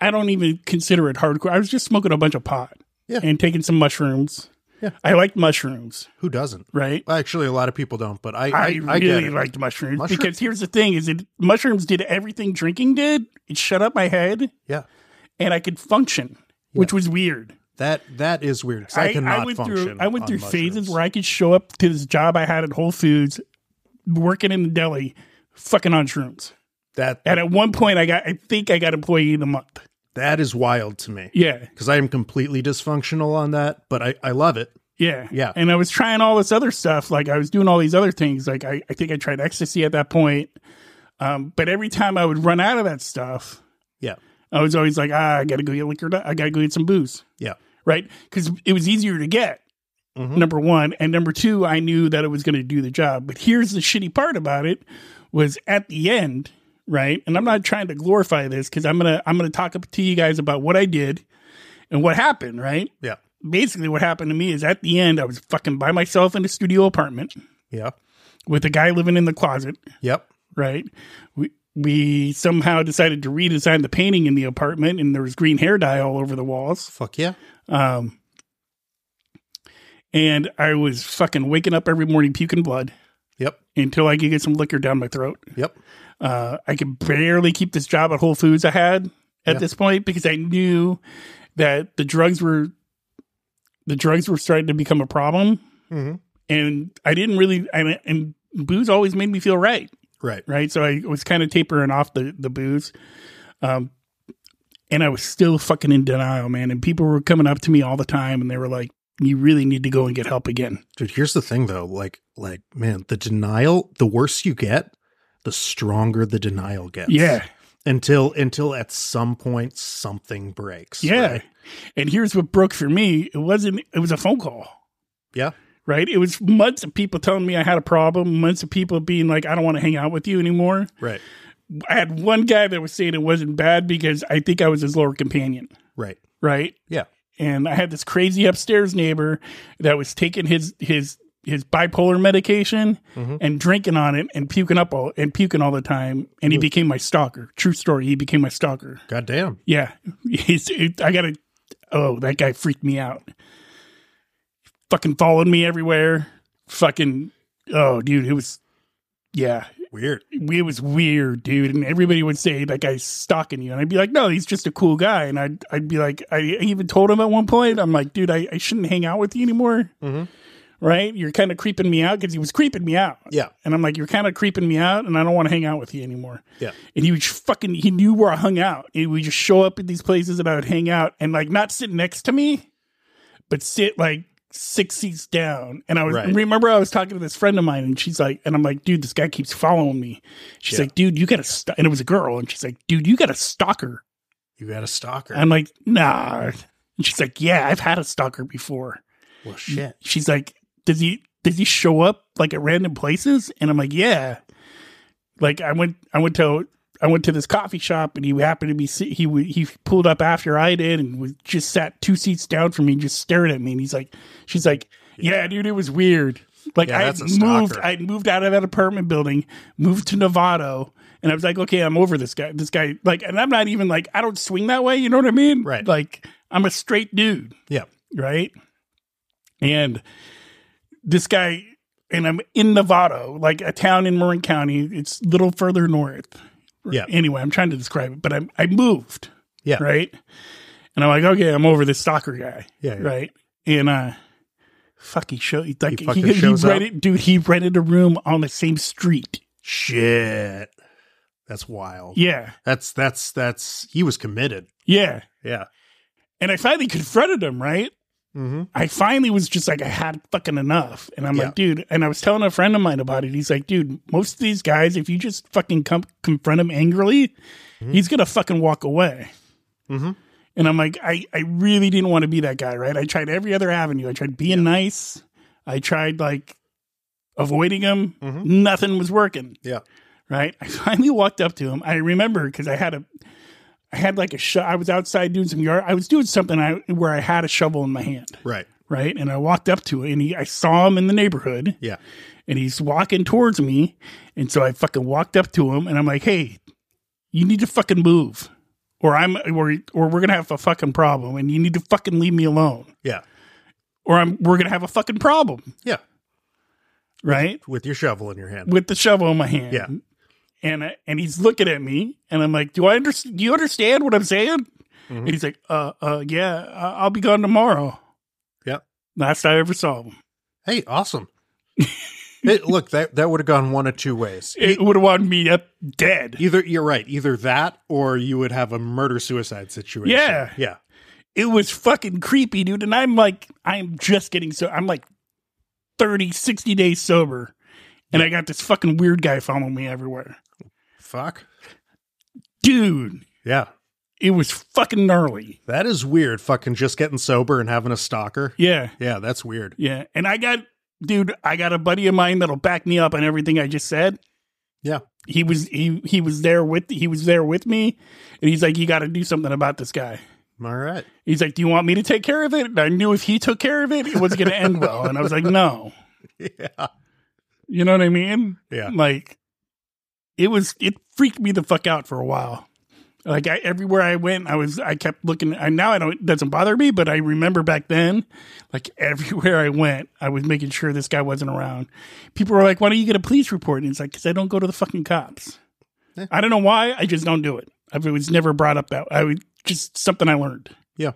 B: I don't even consider it hardcore. I was just smoking a bunch of pot
A: Yeah.
B: and taking some mushrooms.
A: Yeah.
B: I like mushrooms,
A: Who doesn't?
B: right?
A: Actually, a lot of people don't, but I, I,
B: I,
A: I get
B: really
A: it.
B: liked mushrooms
A: Mushroom-
B: because here's the thing: is it mushrooms did everything drinking did? It shut up my head,
A: Yeah.
B: and I could function, which was weird.
A: That that is weird. 'cause I, cannot
B: went
A: function.
B: Through, I went
A: on
B: through phases
A: mushrooms.
B: where I could show up to this job I had at Whole Foods, working in the deli, fucking on shrooms.
A: that
B: And at one point, I got, I think I got employee of the month.
A: that is wild to me
B: Yeah,
A: because I am completely dysfunctional on that, but I, I love it.
B: yeah,
A: Yeah.
B: And I was trying all this other stuff. Like I was doing all these other things. Like I, I think I tried ecstasy at that point. Um, but every time I would run out of that stuff,
A: Yeah,
B: I was always like, ah, I gotta go get liquor. I gotta go get some booze.
A: yeah,
B: right? Because it was easier to get.
A: Mhm.
B: Number one, and number two, I knew that it was going to do the job. But here's the shitty part about it: was at the end, right? And I'm not trying to glorify this because I'm gonna I'm gonna talk up to you guys about what I did and what happened, right?
A: yeah,
B: Basically, what happened to me is at the end, I was fucking by myself in a studio apartment
A: yeah,
B: with a guy living in the closet,
A: yep,
B: right? We we somehow decided to redesign the painting in the apartment, and there was green hair dye all over the walls.
A: fuck yeah,
B: Um, and I was fucking waking up every morning puking blood
A: yep,
B: until I could get some liquor down my throat.
A: yep,
B: Uh, I could barely keep this job at Whole Foods I had at
A: Yeah.
B: this point because I knew that the drugs were the drugs were starting to become a problem,
A: hmm
B: Mm-hmm. and I didn't really and, and booze always made me feel right
A: right,
B: right? So I was kind of tapering off the the booze, um, and I was still fucking in denial, man. And people were coming up to me all the time, and they were like, "You really need to go and get help again."
A: dude. Here's the thing though, like, like man, the denial. The worse you get, the stronger the denial gets.
B: Yeah,
A: until until at some point something breaks.
B: yeah.
A: right?
B: And here's what broke for me: it wasn't. It was a phone call.
A: yeah,
B: Right. It was months of people telling me I had a problem, months of people being like, I don't want to hang out with you anymore.
A: right,
B: I had one guy that was saying it wasn't bad because I think I was his lower companion.
A: right,
B: right?
A: Yeah.
B: And I had this crazy upstairs neighbor that was taking his his his bipolar medication
A: Mhm.
B: and drinking on it and puking up all and puking all the time, and he
A: Ugh.
B: became my stalker. True story. He became my stalker.
A: goddamn,
B: Yeah, he's. It, I gotta. Oh, that guy freaked me out. Fucking followed me everywhere. Fucking. Oh, dude, it was. Yeah,
A: weird.
B: it was weird, dude. And everybody would say that guy's stalking you, and I'd be like, no, he's just a cool guy. And I'd I'd be like, I even told him at one point, I'm like, dude, I, I shouldn't hang out with you anymore,
A: Mhm.
B: right? You're kind of creeping me out because he was creeping me out.
A: Yeah,
B: And I'm like, you're kind of creeping me out, and I don't want to hang out with you anymore.
A: Yeah.
B: And he was fucking, he knew where I hung out. He would just show up at these places and I would hang out and like not sit next to me, but sit like six seats down. And I was,
A: Right.
B: remember, I was talking to this friend of mine and she's like, and I'm like, dude, this guy keeps following me. She's
A: Yeah.
B: like, dude, you got to, st-, and it was a girl. And she's like, dude, you got a stalker.
A: you got a stalker.
B: I'm like, nah. And she's like, yeah, I've had a stalker before
A: well, shit.
B: she's like, does he does he show up like at random places? And I'm like, yeah. Like I went I went to I went to this coffee shop and he happened to be si- he w- he pulled up after I did and was just sat two seats down from me, and just stared at me. And he's like, she's like, yeah, dude, it was weird. Like
A: Yeah,
B: I
A: that's a
B: moved,
A: stalker.
B: I moved out of that apartment building, moved to Novato, and I was like, okay, I'm over this guy. This guy, like, and I'm not even like, I don't swing that way. You know what I mean?
A: Right.
B: Like, I'm a straight dude
A: Yeah,
B: right? And this guy, and I'm in Novato, like a town in Marin County. It's a little further north.
A: Yeah.
B: Anyway, I'm trying to describe it, but I'm, I moved.
A: Yeah.
B: Right. And I'm like, okay, I'm over this stalker guy.
A: yeah, yeah.
B: Mm-hmm. Right. And, uh, fuck, he showed, he, like, he,
A: fucking
B: he
A: shows up?
B: rented, dude, he rented a room on the same street.
A: Shit. That's wild.
B: Yeah.
A: That's that's that's he was committed.
B: Yeah.
A: Yeah.
B: And I finally confronted him, right?
A: Mm-hmm.
B: I finally was just like, I had fucking enough. And I'm
A: Yeah.
B: like, dude, and I was telling a friend of mine about it. He's like, dude, most of these guys, if you just fucking come confront him angrily,
A: Mm-hmm.
B: he's going to fucking walk away.
A: Mhm.
B: And I'm like, I, I really didn't want to be that guy, right? I tried every other avenue. I tried being nice. I tried like avoiding him.
A: Mm-hmm.
B: Nothing was working
A: Yeah.
B: right? I finally walked up to him. I remember because I had a, I had like a, sho- I was outside doing some yard. I was doing something I, where I had a shovel in my hand,
A: Right.
B: right? And I walked up to it, and he, I saw him in the neighborhood,
A: Yeah.
B: and he's walking towards me, and so I fucking walked up to him, and I'm like, hey, you need to fucking move, or I'm, or, or we're gonna have a fucking problem, and you need to fucking leave me alone,
A: Yeah.
B: or I'm, we're gonna have a fucking problem,
A: Yeah.
B: right?
A: With your shovel in your hand.
B: with the shovel in my hand.
A: Yeah.
B: And I- and he's looking at me, and I'm like, "Do I understand? Do you understand what I'm saying?" And he's like, "Uh, uh, yeah, I- I'll be gone tomorrow."
A: Yep.
B: Last I ever saw him,
A: Hey, awesome. It, look, that, that would have gone one of two ways. E,
B: it would have wanted me up dead.
A: Either you're right, either that or you would have a murder suicide situation.
B: Yeah.
A: Yeah.
B: It was fucking creepy, dude. And I'm like, I'm just getting so I'm like 30, 60 days sober, and I got this fucking weird guy following me everywhere,
A: Fuck.
B: dude.
A: Yeah.
B: It was fucking gnarly.
A: That is weird. Fucking just getting sober and having a stalker.
B: Yeah.
A: Yeah, that's weird.
B: Yeah. And I got, dude, I got a buddy of mine that'll back me up on everything I just said.
A: Yeah.
B: He was he he was there with he was there with me, and he's like, "You got to do something about this guy."
A: All right.
B: He's like, "Do you want me to take care of it?" And I knew if he took care of it, it was going to end well. And I was like, "No,"
A: Yeah.
B: you know what I mean?
A: Yeah.
B: Like, it was it freaked me the fuck out for a while. Like I, everywhere I went, I was I kept looking. I now I don't it doesn't bother me, but I remember back then, like everywhere I went, I was making sure this guy wasn't around. People were like, "Why don't you get a police report?" And it's like, "Cause I don't go to the fucking cops."
A: Yeah.
B: I don't know why. I just don't do it. I it was never brought up that. I would just something I learned.
A: Yeah.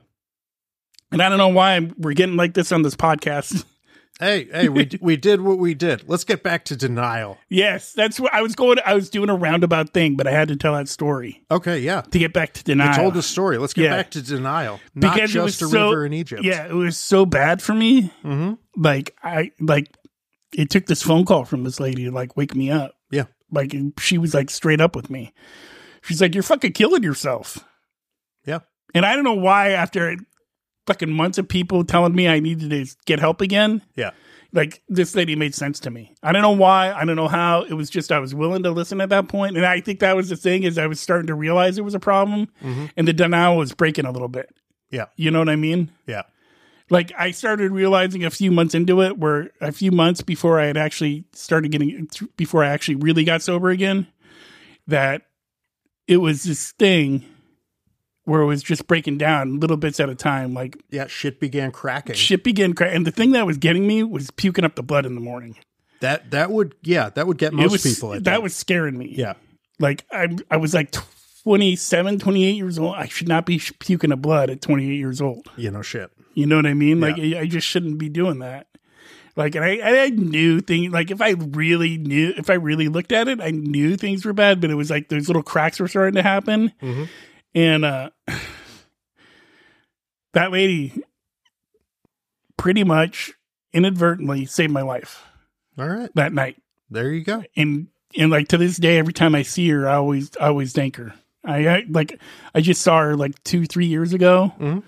B: and I don't know why we're getting like this on this podcast.
A: Hey, hey, we d- we did what we did. Let's get back to denial.
B: yes, that's what I was going. I was doing a roundabout thing, but I had to tell that story
A: Okay, yeah.
B: to get back to denial.
A: You told the story. Let's get
B: Yeah.
A: back to denial. Not
B: Because it
A: just a
B: was so-
A: river in Egypt.
B: Yeah, it was so bad for me.
A: hmm
B: Like I like it took this phone call from this lady to like wake me up.
A: Yeah.
B: Like she was like straight up with me. She's like, You're fucking killing yourself.
A: Yeah.
B: And I don't know why after fucking months of people telling me I needed to get help again.
A: Yeah.
B: Like this lady made sense to me. I don't know why. I don't know how. It was just I was willing to listen at that point, and I think that was the thing is I was starting to realize it was a problem,
A: Mhm.
B: and the denial was breaking a little bit.
A: Yeah.
B: you know what I mean
A: Yeah.
B: like I started realizing a few months into it, where a few months before I had actually started getting, before I actually really got sober again, that it was this thing where it was just breaking down little bits at a time. Like
A: Yeah. Shit began cracking.
B: shit began, cra- and the thing that was getting me was puking up the blood in the morning.
A: That that would yeah, that would get
B: it
A: most
B: was,
A: people I
B: that
A: think.
B: was scaring me.
A: yeah.
B: like I, I was like 27, 28 years old. I should not be sh- puking up blood at twenty eight years old.
A: You know shit.
B: You know what I mean? Like I I just shouldn't be doing that. Like and I, I knew things like if I really knew if I really looked at it, I knew things were bad, but it was like those little cracks were starting to happen.
A: Mhm.
B: And uh that lady pretty much inadvertently saved my life
A: All right.
B: that night.
A: There you go.
B: And and like to this day, every time I see her, I always I always thank her. I, I like I just saw her like two, three years ago.
A: Mhm.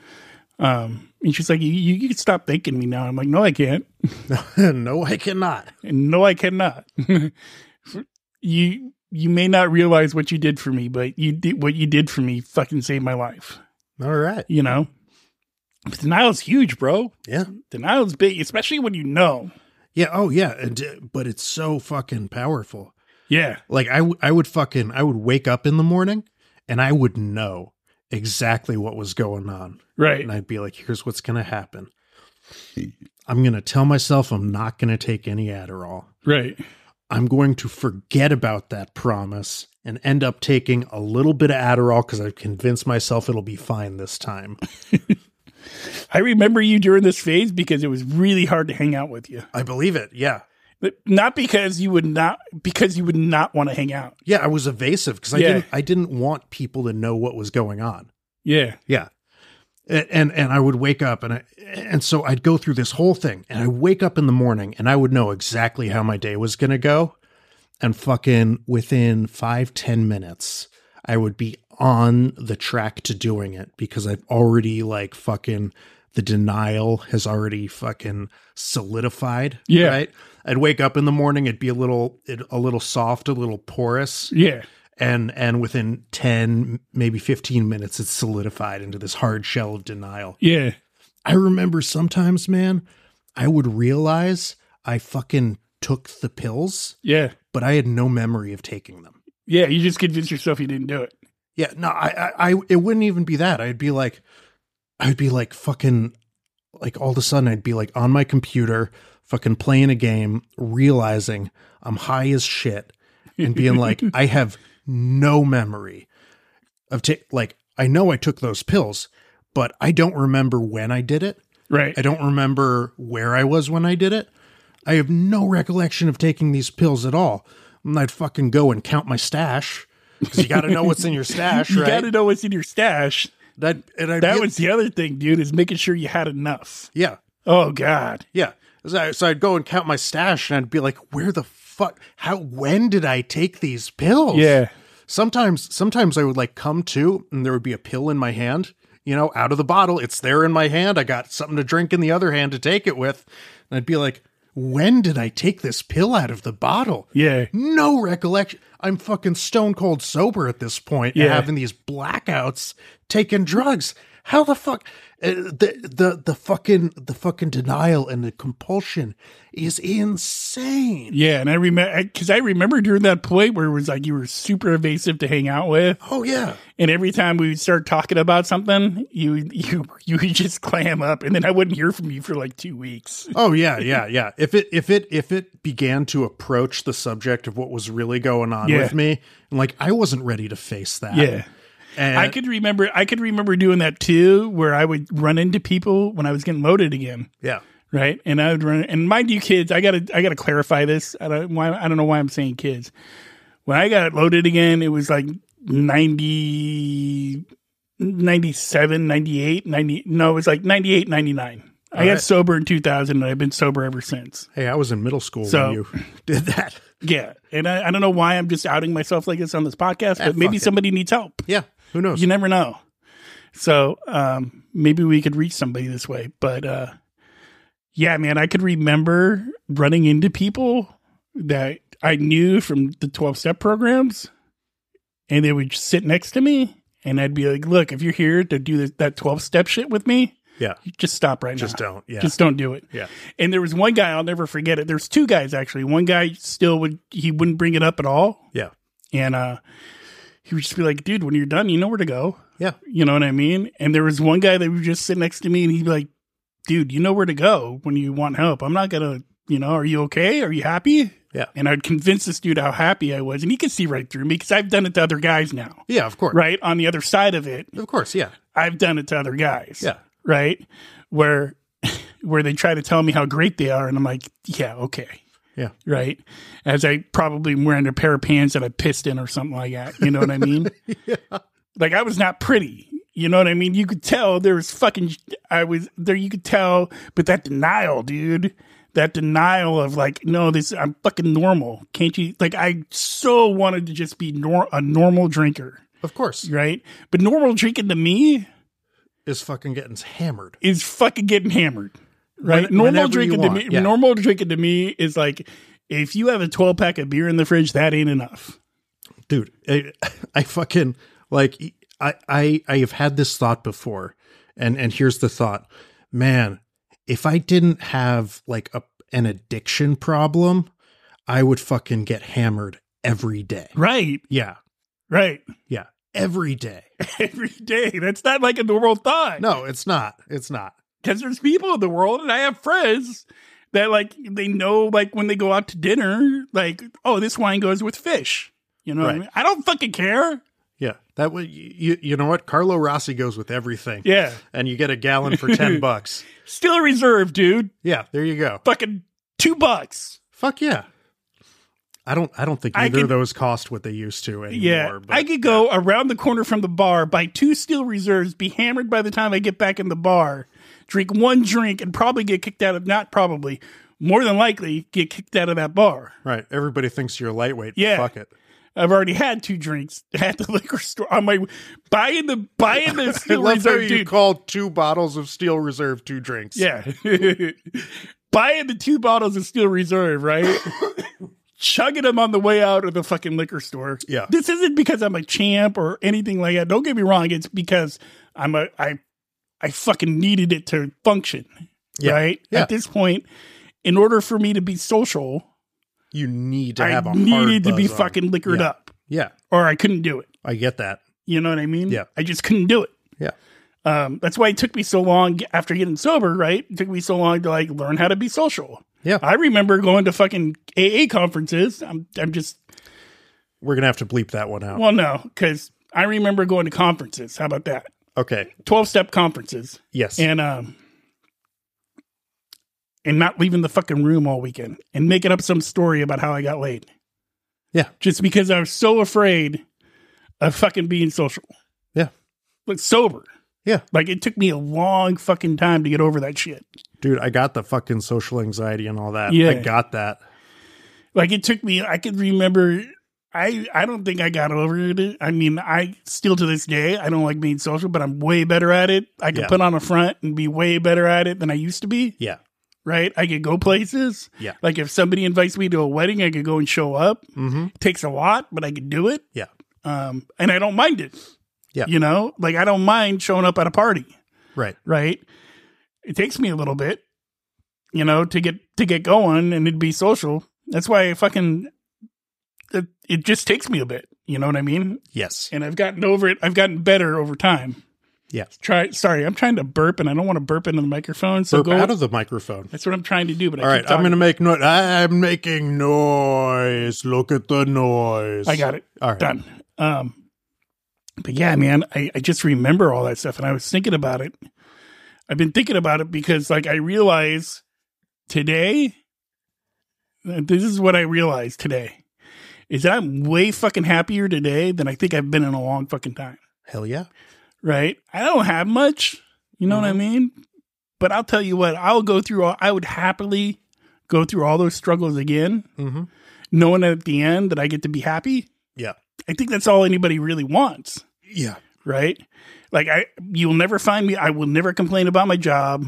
B: Um, and she's like, you, you, you can stop thanking me now. I'm like, no, I can't.
A: no, I cannot.
B: And no, I cannot. you, you may not realize what you did for me, but you did what you did for me fucking saved my life,
A: All right.
B: you know? But denial's huge, bro.
A: Yeah.
B: Denial's big, especially when you know.
A: Yeah. Oh yeah. And uh, but it's so fucking powerful.
B: Yeah.
A: Like I w- I would fucking I would wake up in the morning and I would know exactly what was going on.
B: Right.
A: And I'd be like, here's what's gonna happen. I'm gonna tell myself I'm not gonna take any Adderall.
B: Right.
A: I'm going to forget about that promise and end up taking a little bit of Adderall because I've convinced myself it'll be fine this time.
B: I remember you during this phase because it was really hard to hang out with you.
A: I believe it. Yeah.
B: But not because you would not, because you would not want to hang out.
A: Yeah, I was evasive because I
B: Yeah.
A: didn't I didn't want people to know what was going on.
B: Yeah.
A: Yeah. A- and and I would wake up and I, and so I'd go through this whole thing and I wake up in the morning and I would know exactly how my day was going to go and fucking within five ten minutes I would be on the track to doing it because I've already like fucking the denial has already fucking solidified
B: Yeah.
A: right I'd wake up in the morning it'd be a little it, a little soft a little porous
B: Yeah.
A: and and within 10 maybe 15 minutes it's solidified into this hard shell of denial
B: Yeah.
A: I remember sometimes, man, I would realize I fucking took the pills,
B: Yeah.
A: but I had no memory of taking them.
B: Yeah. You just convince yourself you didn't do it.
A: Yeah, no, I, I, I it wouldn't even be that. I'd be like, I'd be like fucking, like all of a sudden I'd be like on my computer, fucking playing a game, realizing I'm high as shit, and being like, I have no memory of ta- like I know I took those pills, but I don't remember when I did it.
B: Right.
A: I don't remember where I was when I did it. I have no recollection of taking these pills at all. And I'd fucking go and count my stash because you got to know what's in your stash,
B: You
A: right?
B: got to know what's in your stash.
A: that and I'd
B: That
A: be-
B: was the other thing, dude, is making sure you had enough.
A: yeah,
B: Oh God.
A: yeah. So, I, so I'd go and count my stash, and I'd be like, "Where the fuck? How? When did I take these pills?"
B: Yeah.
A: Sometimes, sometimes I would like come to, and there would be a pill in my hand. You know, out of the bottle, it's there in my hand. I got something to drink in the other hand to take it with, and I'd be like, "When did I take this pill out of the bottle?"
B: Yeah.
A: no recollection. I'm fucking stone cold sober at this point, and
B: Yeah.
A: having these blackouts, taking drugs. How the fuck uh, the the the fucking the fucking denial and the compulsion is insane.
B: Yeah. And I remember, cause I remember during that point where it was like, you were super evasive to hang out with.
A: Oh yeah,
B: And every time we would start talking about something, you, you, you would just clam up and then I wouldn't hear from you for like two weeks.
A: oh yeah, yeah, yeah. If it if it if it began to approach the subject of what was really going on
B: Yeah.
A: with me, and like I wasn't ready to face that.
B: Yeah.
A: and
B: I could remember, I could remember doing that too, where I would run into people when I was getting loaded again.
A: yeah,
B: right? And I would run. And mind you, kids, I gotta I gotta clarify this. I don't why I don't know why I'm saying kids. When I got loaded again, it was like 90, 97, 98, 90. No, it was like 98, 99. I got
A: right.
B: sober in 2000 and I've been sober ever since.
A: hey, I was in middle school
B: So-
A: when you did that.
B: Yeah. And I, I don't know why I'm just outing myself like this on this podcast, but
A: fuck
B: maybe
A: it.
B: somebody needs help.
A: Yeah, who knows?
B: You never know. So um, maybe we could reach somebody this way. But uh, yeah, man, I could remember running into people that I knew from the 12 step programs, and they would just sit next to me. And I'd be like, look, if you're here to do this, that 12 step shit with me,
A: yeah,
B: just stop right
A: just
B: now.
A: don't. Yeah,
B: Just don't do it.
A: yeah,
B: And there was one guy, I'll never forget it. There's two guys actually. One guy still would, he wouldn't bring it up at all.
A: yeah,
B: And uh, he would just be like, dude, when you're done, you know where to go.
A: yeah.
B: You know what I mean? And there was one guy that would just sit next to me and he'd be like, dude, you know where to go when you want help. I'm not going to, you know, are you okay? Are you happy?
A: Yeah.
B: And I'd convince this dude how happy I was. And he could see right through me because I've done it to other guys now,
A: Yeah, of course.
B: right? On the other side of it,
A: Of course, yeah.
B: I've done it to other guys,
A: Yeah.
B: right? Where, where they try to tell me how great they are. And I'm like, yeah, okay.
A: Yeah.
B: Right. As I probably am wearing a pair of pants that I pissed in or something like that. You know what I mean? Like I was not pretty. You know what I mean? You could tell there was fucking, I was there, you could tell, but that denial, dude, that denial of like, no, this, I'm fucking normal. Can't you? Like, I so wanted to just be nor- a normal drinker,
A: Of course.
B: right? But normal drinking to me
A: Is fucking getting hammered.
B: is fucking getting hammered, right?
A: When-
B: normal
A: whenever you
B: drinking to
A: want,
B: me,
A: yeah.
B: normal drinking to me is like if you have a twelve pack of beer in the fridge, that ain't enough.
A: Dude, I, I fucking like e, I I I have had this thought before. And and here's the thought. Man, if I didn't have like a an addiction problem, I would fucking get hammered every day.
B: Right,
A: Yeah.
B: right.
A: Yeah. Every day.
B: Every day. That's not like a normal thought.
A: No, it's not. It's not.
B: because there's people in the world, and I have friends that like they know like when they go out to dinner, like oh this wine goes with fish. You know, what I,
A: Right.
B: mean? I don't fucking care.
A: Yeah. That way you you know what? Carlo Rossi goes with everything.
B: Yeah,
A: And you get a gallon for 10 bucks.
B: still a reserve, dude.
A: Yeah, there you go.
B: Fucking two bucks.
A: Fuck yeah. I don't. I don't think
B: I
A: either of
B: could-
A: those cost what they used to anymore.
B: Yeah,
A: but-
B: I could go around the corner from the bar, buy two steel reserves, be hammered by the time I get back in the bar, drink one drink, and probably get kicked out of not probably more than likely get kicked out of that bar.
A: Right. Everybody thinks you're lightweight.
B: Yeah.
A: Fuck it.
B: I've already had two drinks at the liquor store on my buying the buying the
A: I
B: steel
A: love how
B: reserve,
A: you
B: dude.
A: called two bottles of Steel Reserve two drinks.
B: yeah, buying the two bottles of steel reserve, right? Chugging them on the way out of the fucking liquor store.
A: Yeah.
B: this isn't because I'm a champ or anything like that. Don't get me wrong. It's because I'm a I I fucking needed it to function.
A: Yeah.
B: Right
A: Yeah.
B: at this point, in order for me to be social,
A: You need to
B: I
A: have a hard
B: needed to
A: buzz
B: be
A: on.
B: fucking liquored
A: Yeah.
B: up,
A: Yeah.
B: or I couldn't do it.
A: I get that.
B: You know what I mean?
A: Yeah.
B: I just couldn't do it.
A: Yeah.
B: Um, that's why it took me so long after getting sober, right? It took me so long to like learn how to be social.
A: Yeah.
B: I remember going to fucking AA conferences. I'm, I'm just,
A: We're gonna have to bleep that one out.
B: well, no, because I remember going to conferences. How about that?
A: okay.
B: 12 step conferences
A: Yes.
B: and, um, and not leaving the fucking room all weekend and making up some story about how I got laid.
A: Yeah.
B: Just because I was so afraid of fucking being social.
A: Yeah.
B: Like sober.
A: yeah.
B: Like it took me a long fucking time to get over that shit.
A: Dude, I got the fucking social anxiety and all that.
B: Yeah.
A: I got that.
B: Like it took me I could remember I I don't think I got over it. I mean, I still to this day I don't like being social, but I'm way better at it. I can
A: Yeah.
B: put on a front and be way better at it than I used to be,
A: Yeah.
B: right? I could go places.
A: Yeah.
B: Like if somebody invites me to a wedding, I could go and show up.
A: Mm-hmm.
B: It takes a lot, but I could do it.
A: Yeah.
B: Um and I don't mind it.
A: Yeah.
B: You know? Like I don't mind showing up at a party.
A: Right.
B: right? It takes me a little bit, you know, to get to get going and it'd be social. That's why I fucking it, it just takes me a bit, you know what I mean?
A: Yes.
B: And I've gotten over it. I've gotten better over time.
A: Yeah.
B: Try sorry, I'm trying to burp and I don't want to burp into the microphone, so
A: Burp
B: go
A: out of the microphone.
B: That's what I'm trying to do, but I
A: All right.
B: keep talking.
A: I'm gonna make noise. I'm making noise. Look at the noise.
B: I got it.
A: All right.
B: Done. Um but yeah, man, I, I just remember all that stuff and I was thinking about it. I've been thinking about it because like I realize today uh, this is what I realized today is that I'm way fucking happier today than I think I've been in a long fucking time.
A: Hell yeah.
B: Right? I don't have much. You know what I
A: Mhm.
B: mean? But I'll tell you what, I'll go through all I would happily go through all those struggles again,
A: Mm-hmm.
B: knowing at the end that I get to be happy.
A: Yeah.
B: I think that's all anybody really wants,
A: Yeah.
B: right? Like I you'll never find me I will never complain about my job,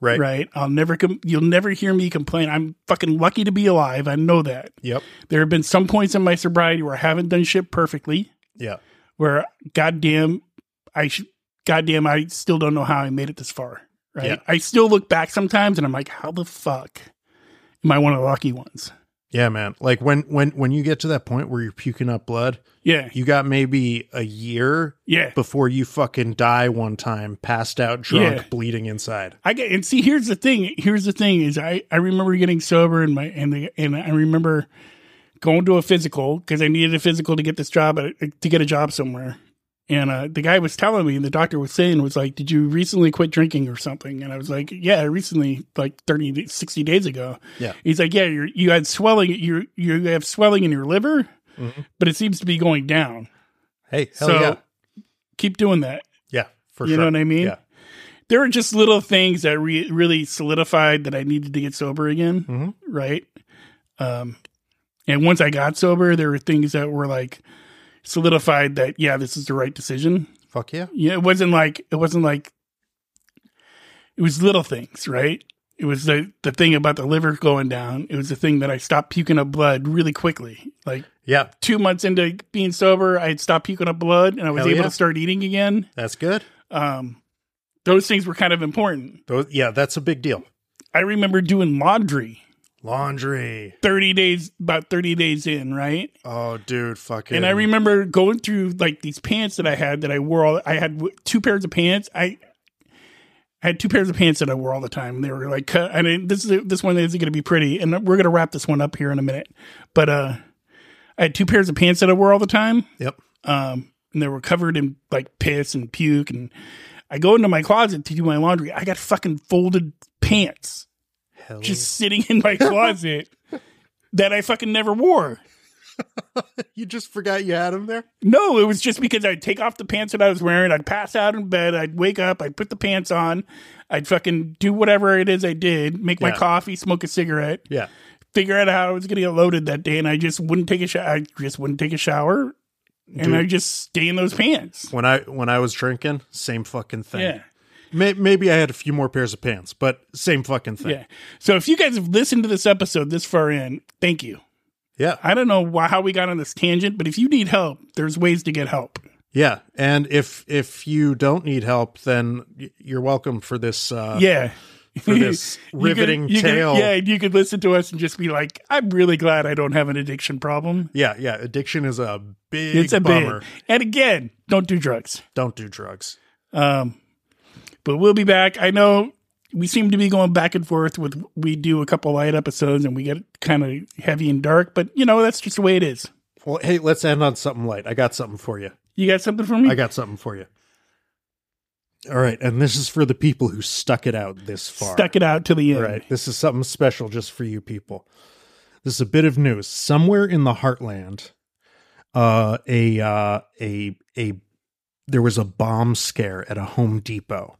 A: Right.
B: right? I'll never com- you'll never hear me complain. I'm fucking lucky to be alive. I know that.
A: Yep.
B: There have been some points in my sobriety where I haven't done shit perfectly,
A: Yeah.
B: where goddamn I sh- goddamn I still don't know how I made it this far, right?
A: Yeah.
B: I still look back sometimes and I'm like, how the fuck am I one of the lucky ones?
A: Yeah, man. Like when when when you get to that point where you're puking up blood,
B: Yeah.
A: you got maybe a year
B: Yeah.
A: before you fucking die one time, passed out, drunk,
B: Yeah.
A: bleeding inside.
B: I get and see. Here's the thing. Here's the thing is I I remember getting sober and my and the and I remember going to a physical because I needed a physical to get this job at, to get a job somewhere. And uh, the guy was telling me, and the doctor was saying, was like, "Did you recently quit drinking or something?" And I was like, "Yeah, recently, like 30, da- 60 days ago."
A: Yeah.
B: He's like, "Yeah, you're, you had swelling. You you have swelling in your liver,
A: Mhm.
B: but it seems to be going down.
A: Hey, hell
B: Mm-hmm. so
A: yeah.
B: keep doing that.
A: Yeah, for
B: you
A: sure.
B: know what I mean?
A: Yeah.
B: There were just little things that re- really solidified that I needed to get sober again,
A: Mhm.
B: right? Um, and once I got sober, there were things that were like solidified that yeah, this is the right decision.
A: Fuck yeah.
B: Yeah, it wasn't like it wasn't like it was little things, right? It was the the thing about the liver going down. It was the thing that I stopped puking up blood really quickly, like.
A: Yeah,
B: Two months into being sober, I had stopped puking up blood, and I was
A: Hell
B: able
A: yeah.
B: to start eating again
A: that's good.
B: um, those things were kind of important.
A: Those, yeah, that's a big deal.
B: I remember doing laundry
A: Laundry.
B: 30 days, about 30 days in, right?
A: Oh, dude, fucking.
B: And I remember going through like these pants that I had that I wore all, I had w- two pairs of pants. I, I had two pairs of pants that I wore all the time. They were like, cut. I mean, this is this one isn't going to be pretty, and we're going to wrap this one up here in a minute. But uh, I had two pairs of pants that I wore all the time,
A: Yep.
B: um, and they were covered in like piss and puke. And I go into my closet to do my laundry. I got fucking folded pants
A: Hell
B: just sitting in my closet that I fucking never wore.
A: you just forgot you had them there.
B: No, it was just because I'd take off the pants that I was wearing. I'd pass out in bed. I'd wake up. I'd put the pants on. I'd fucking do whatever it is I did. Make my
A: Yeah.
B: coffee, smoke a cigarette,
A: Yeah.
B: figure out how I was going to get loaded that day, and I just wouldn't take a shower. I just wouldn't take a shower, and
A: Dude.
B: I just stay in those pants.
A: When I when I was drinking, same fucking thing.
B: Yeah.
A: May- maybe I had a few more pairs of pants, but same fucking thing.
B: Yeah. So if you guys have listened to this episode this far in, thank you.
A: Yeah.
B: I don't know why, how we got on this tangent, but if you need help, there's ways to get help.
A: Yeah, and if if you don't need help, then y- you're welcome for this uh,
B: yeah.
A: for this
B: You could-
A: riveting
B: you could-
A: tale.
B: yeah, you could listen to us and just be like, I'm really glad I don't have an addiction problem.
A: yeah, yeah, Addiction is a big
B: it's a
A: bummer.
B: big. And again, don't do drugs.
A: Don't do drugs.
B: Um, but we'll be back. I know we seem to be going back and forth with we do a couple light episodes and we get kind of heavy and dark, but you know, that's just the way it is.
A: Well, hey, let's end on something light. I got something for you.
B: You got something for me?
A: I got something for you. All right, and this is for the people who stuck it out this far.
B: Stuck it out to the end.
A: Right. This is something special just for you people. This is a bit of news. Somewhere in the heartland, uh, a uh, a a there was a bomb scare at a Home Depot.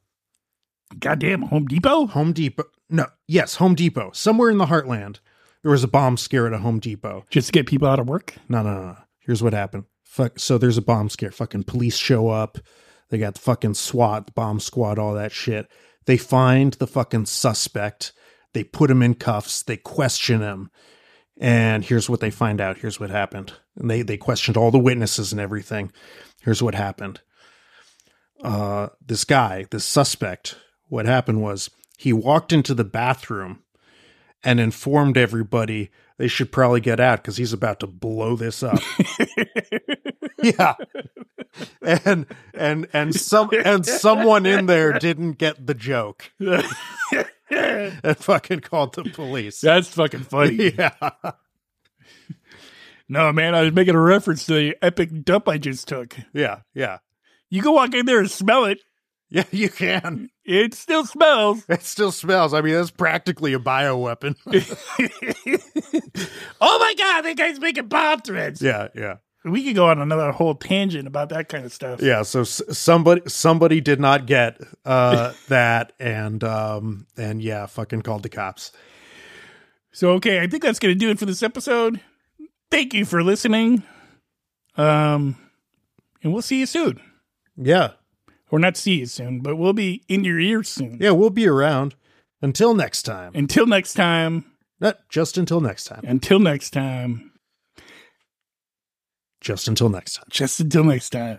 B: Goddamn Home Depot.
A: Home Depot. No, yes, Home Depot. Somewhere in the heartland, there was a bomb scare at a Home Depot.
B: Just to get people out of work.
A: No, no, no. no. Here's what happened. Fuck. So there's a bomb scare. Fucking police show up. They got the fucking SWAT, the bomb squad, all that shit. They find the fucking suspect. They put him in cuffs. They question him. And here's what they find out. Here's what happened. And they they questioned all the witnesses and everything. Here's what happened. Uh, this guy, this suspect, what happened was he walked into the bathroom and informed everybody they should probably get out because he's about to blow this up. yeah, and and and some and someone in there didn't get the joke
B: That's
A: and fucking called the police.
B: fucking funny.
A: Yeah,
B: No, man, I was making a reference to the epic dump I just took.
A: yeah, yeah,
B: You can walk in there and smell it.
A: yeah. You can.
B: It still smells.
A: It still smells. I mean, that's practically a bioweapon.
B: oh my god, that guy's making bomb threads.
A: yeah, yeah,
B: We could go on another whole tangent about that kind of stuff.
A: yeah. So s- somebody somebody did not get uh, that, and um, and yeah, fucking called the cops.
B: So okay, I think that's gonna do it for this episode. Thank you for listening. Um and we'll see you soon.
A: Yeah,
B: Or not see you soon, but we'll be in your ears soon.
A: yeah. We'll be around until next time.
B: Until next time.
A: Not just until next time.
B: Until next time.
A: Just until next time.
B: Just until next time.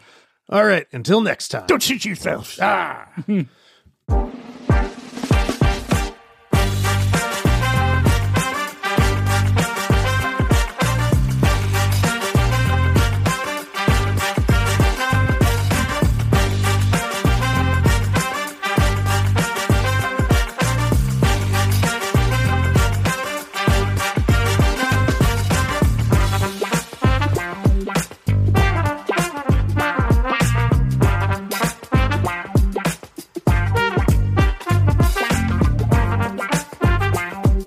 A: All right. Until next time.
B: Don't shoot yourself. Ah.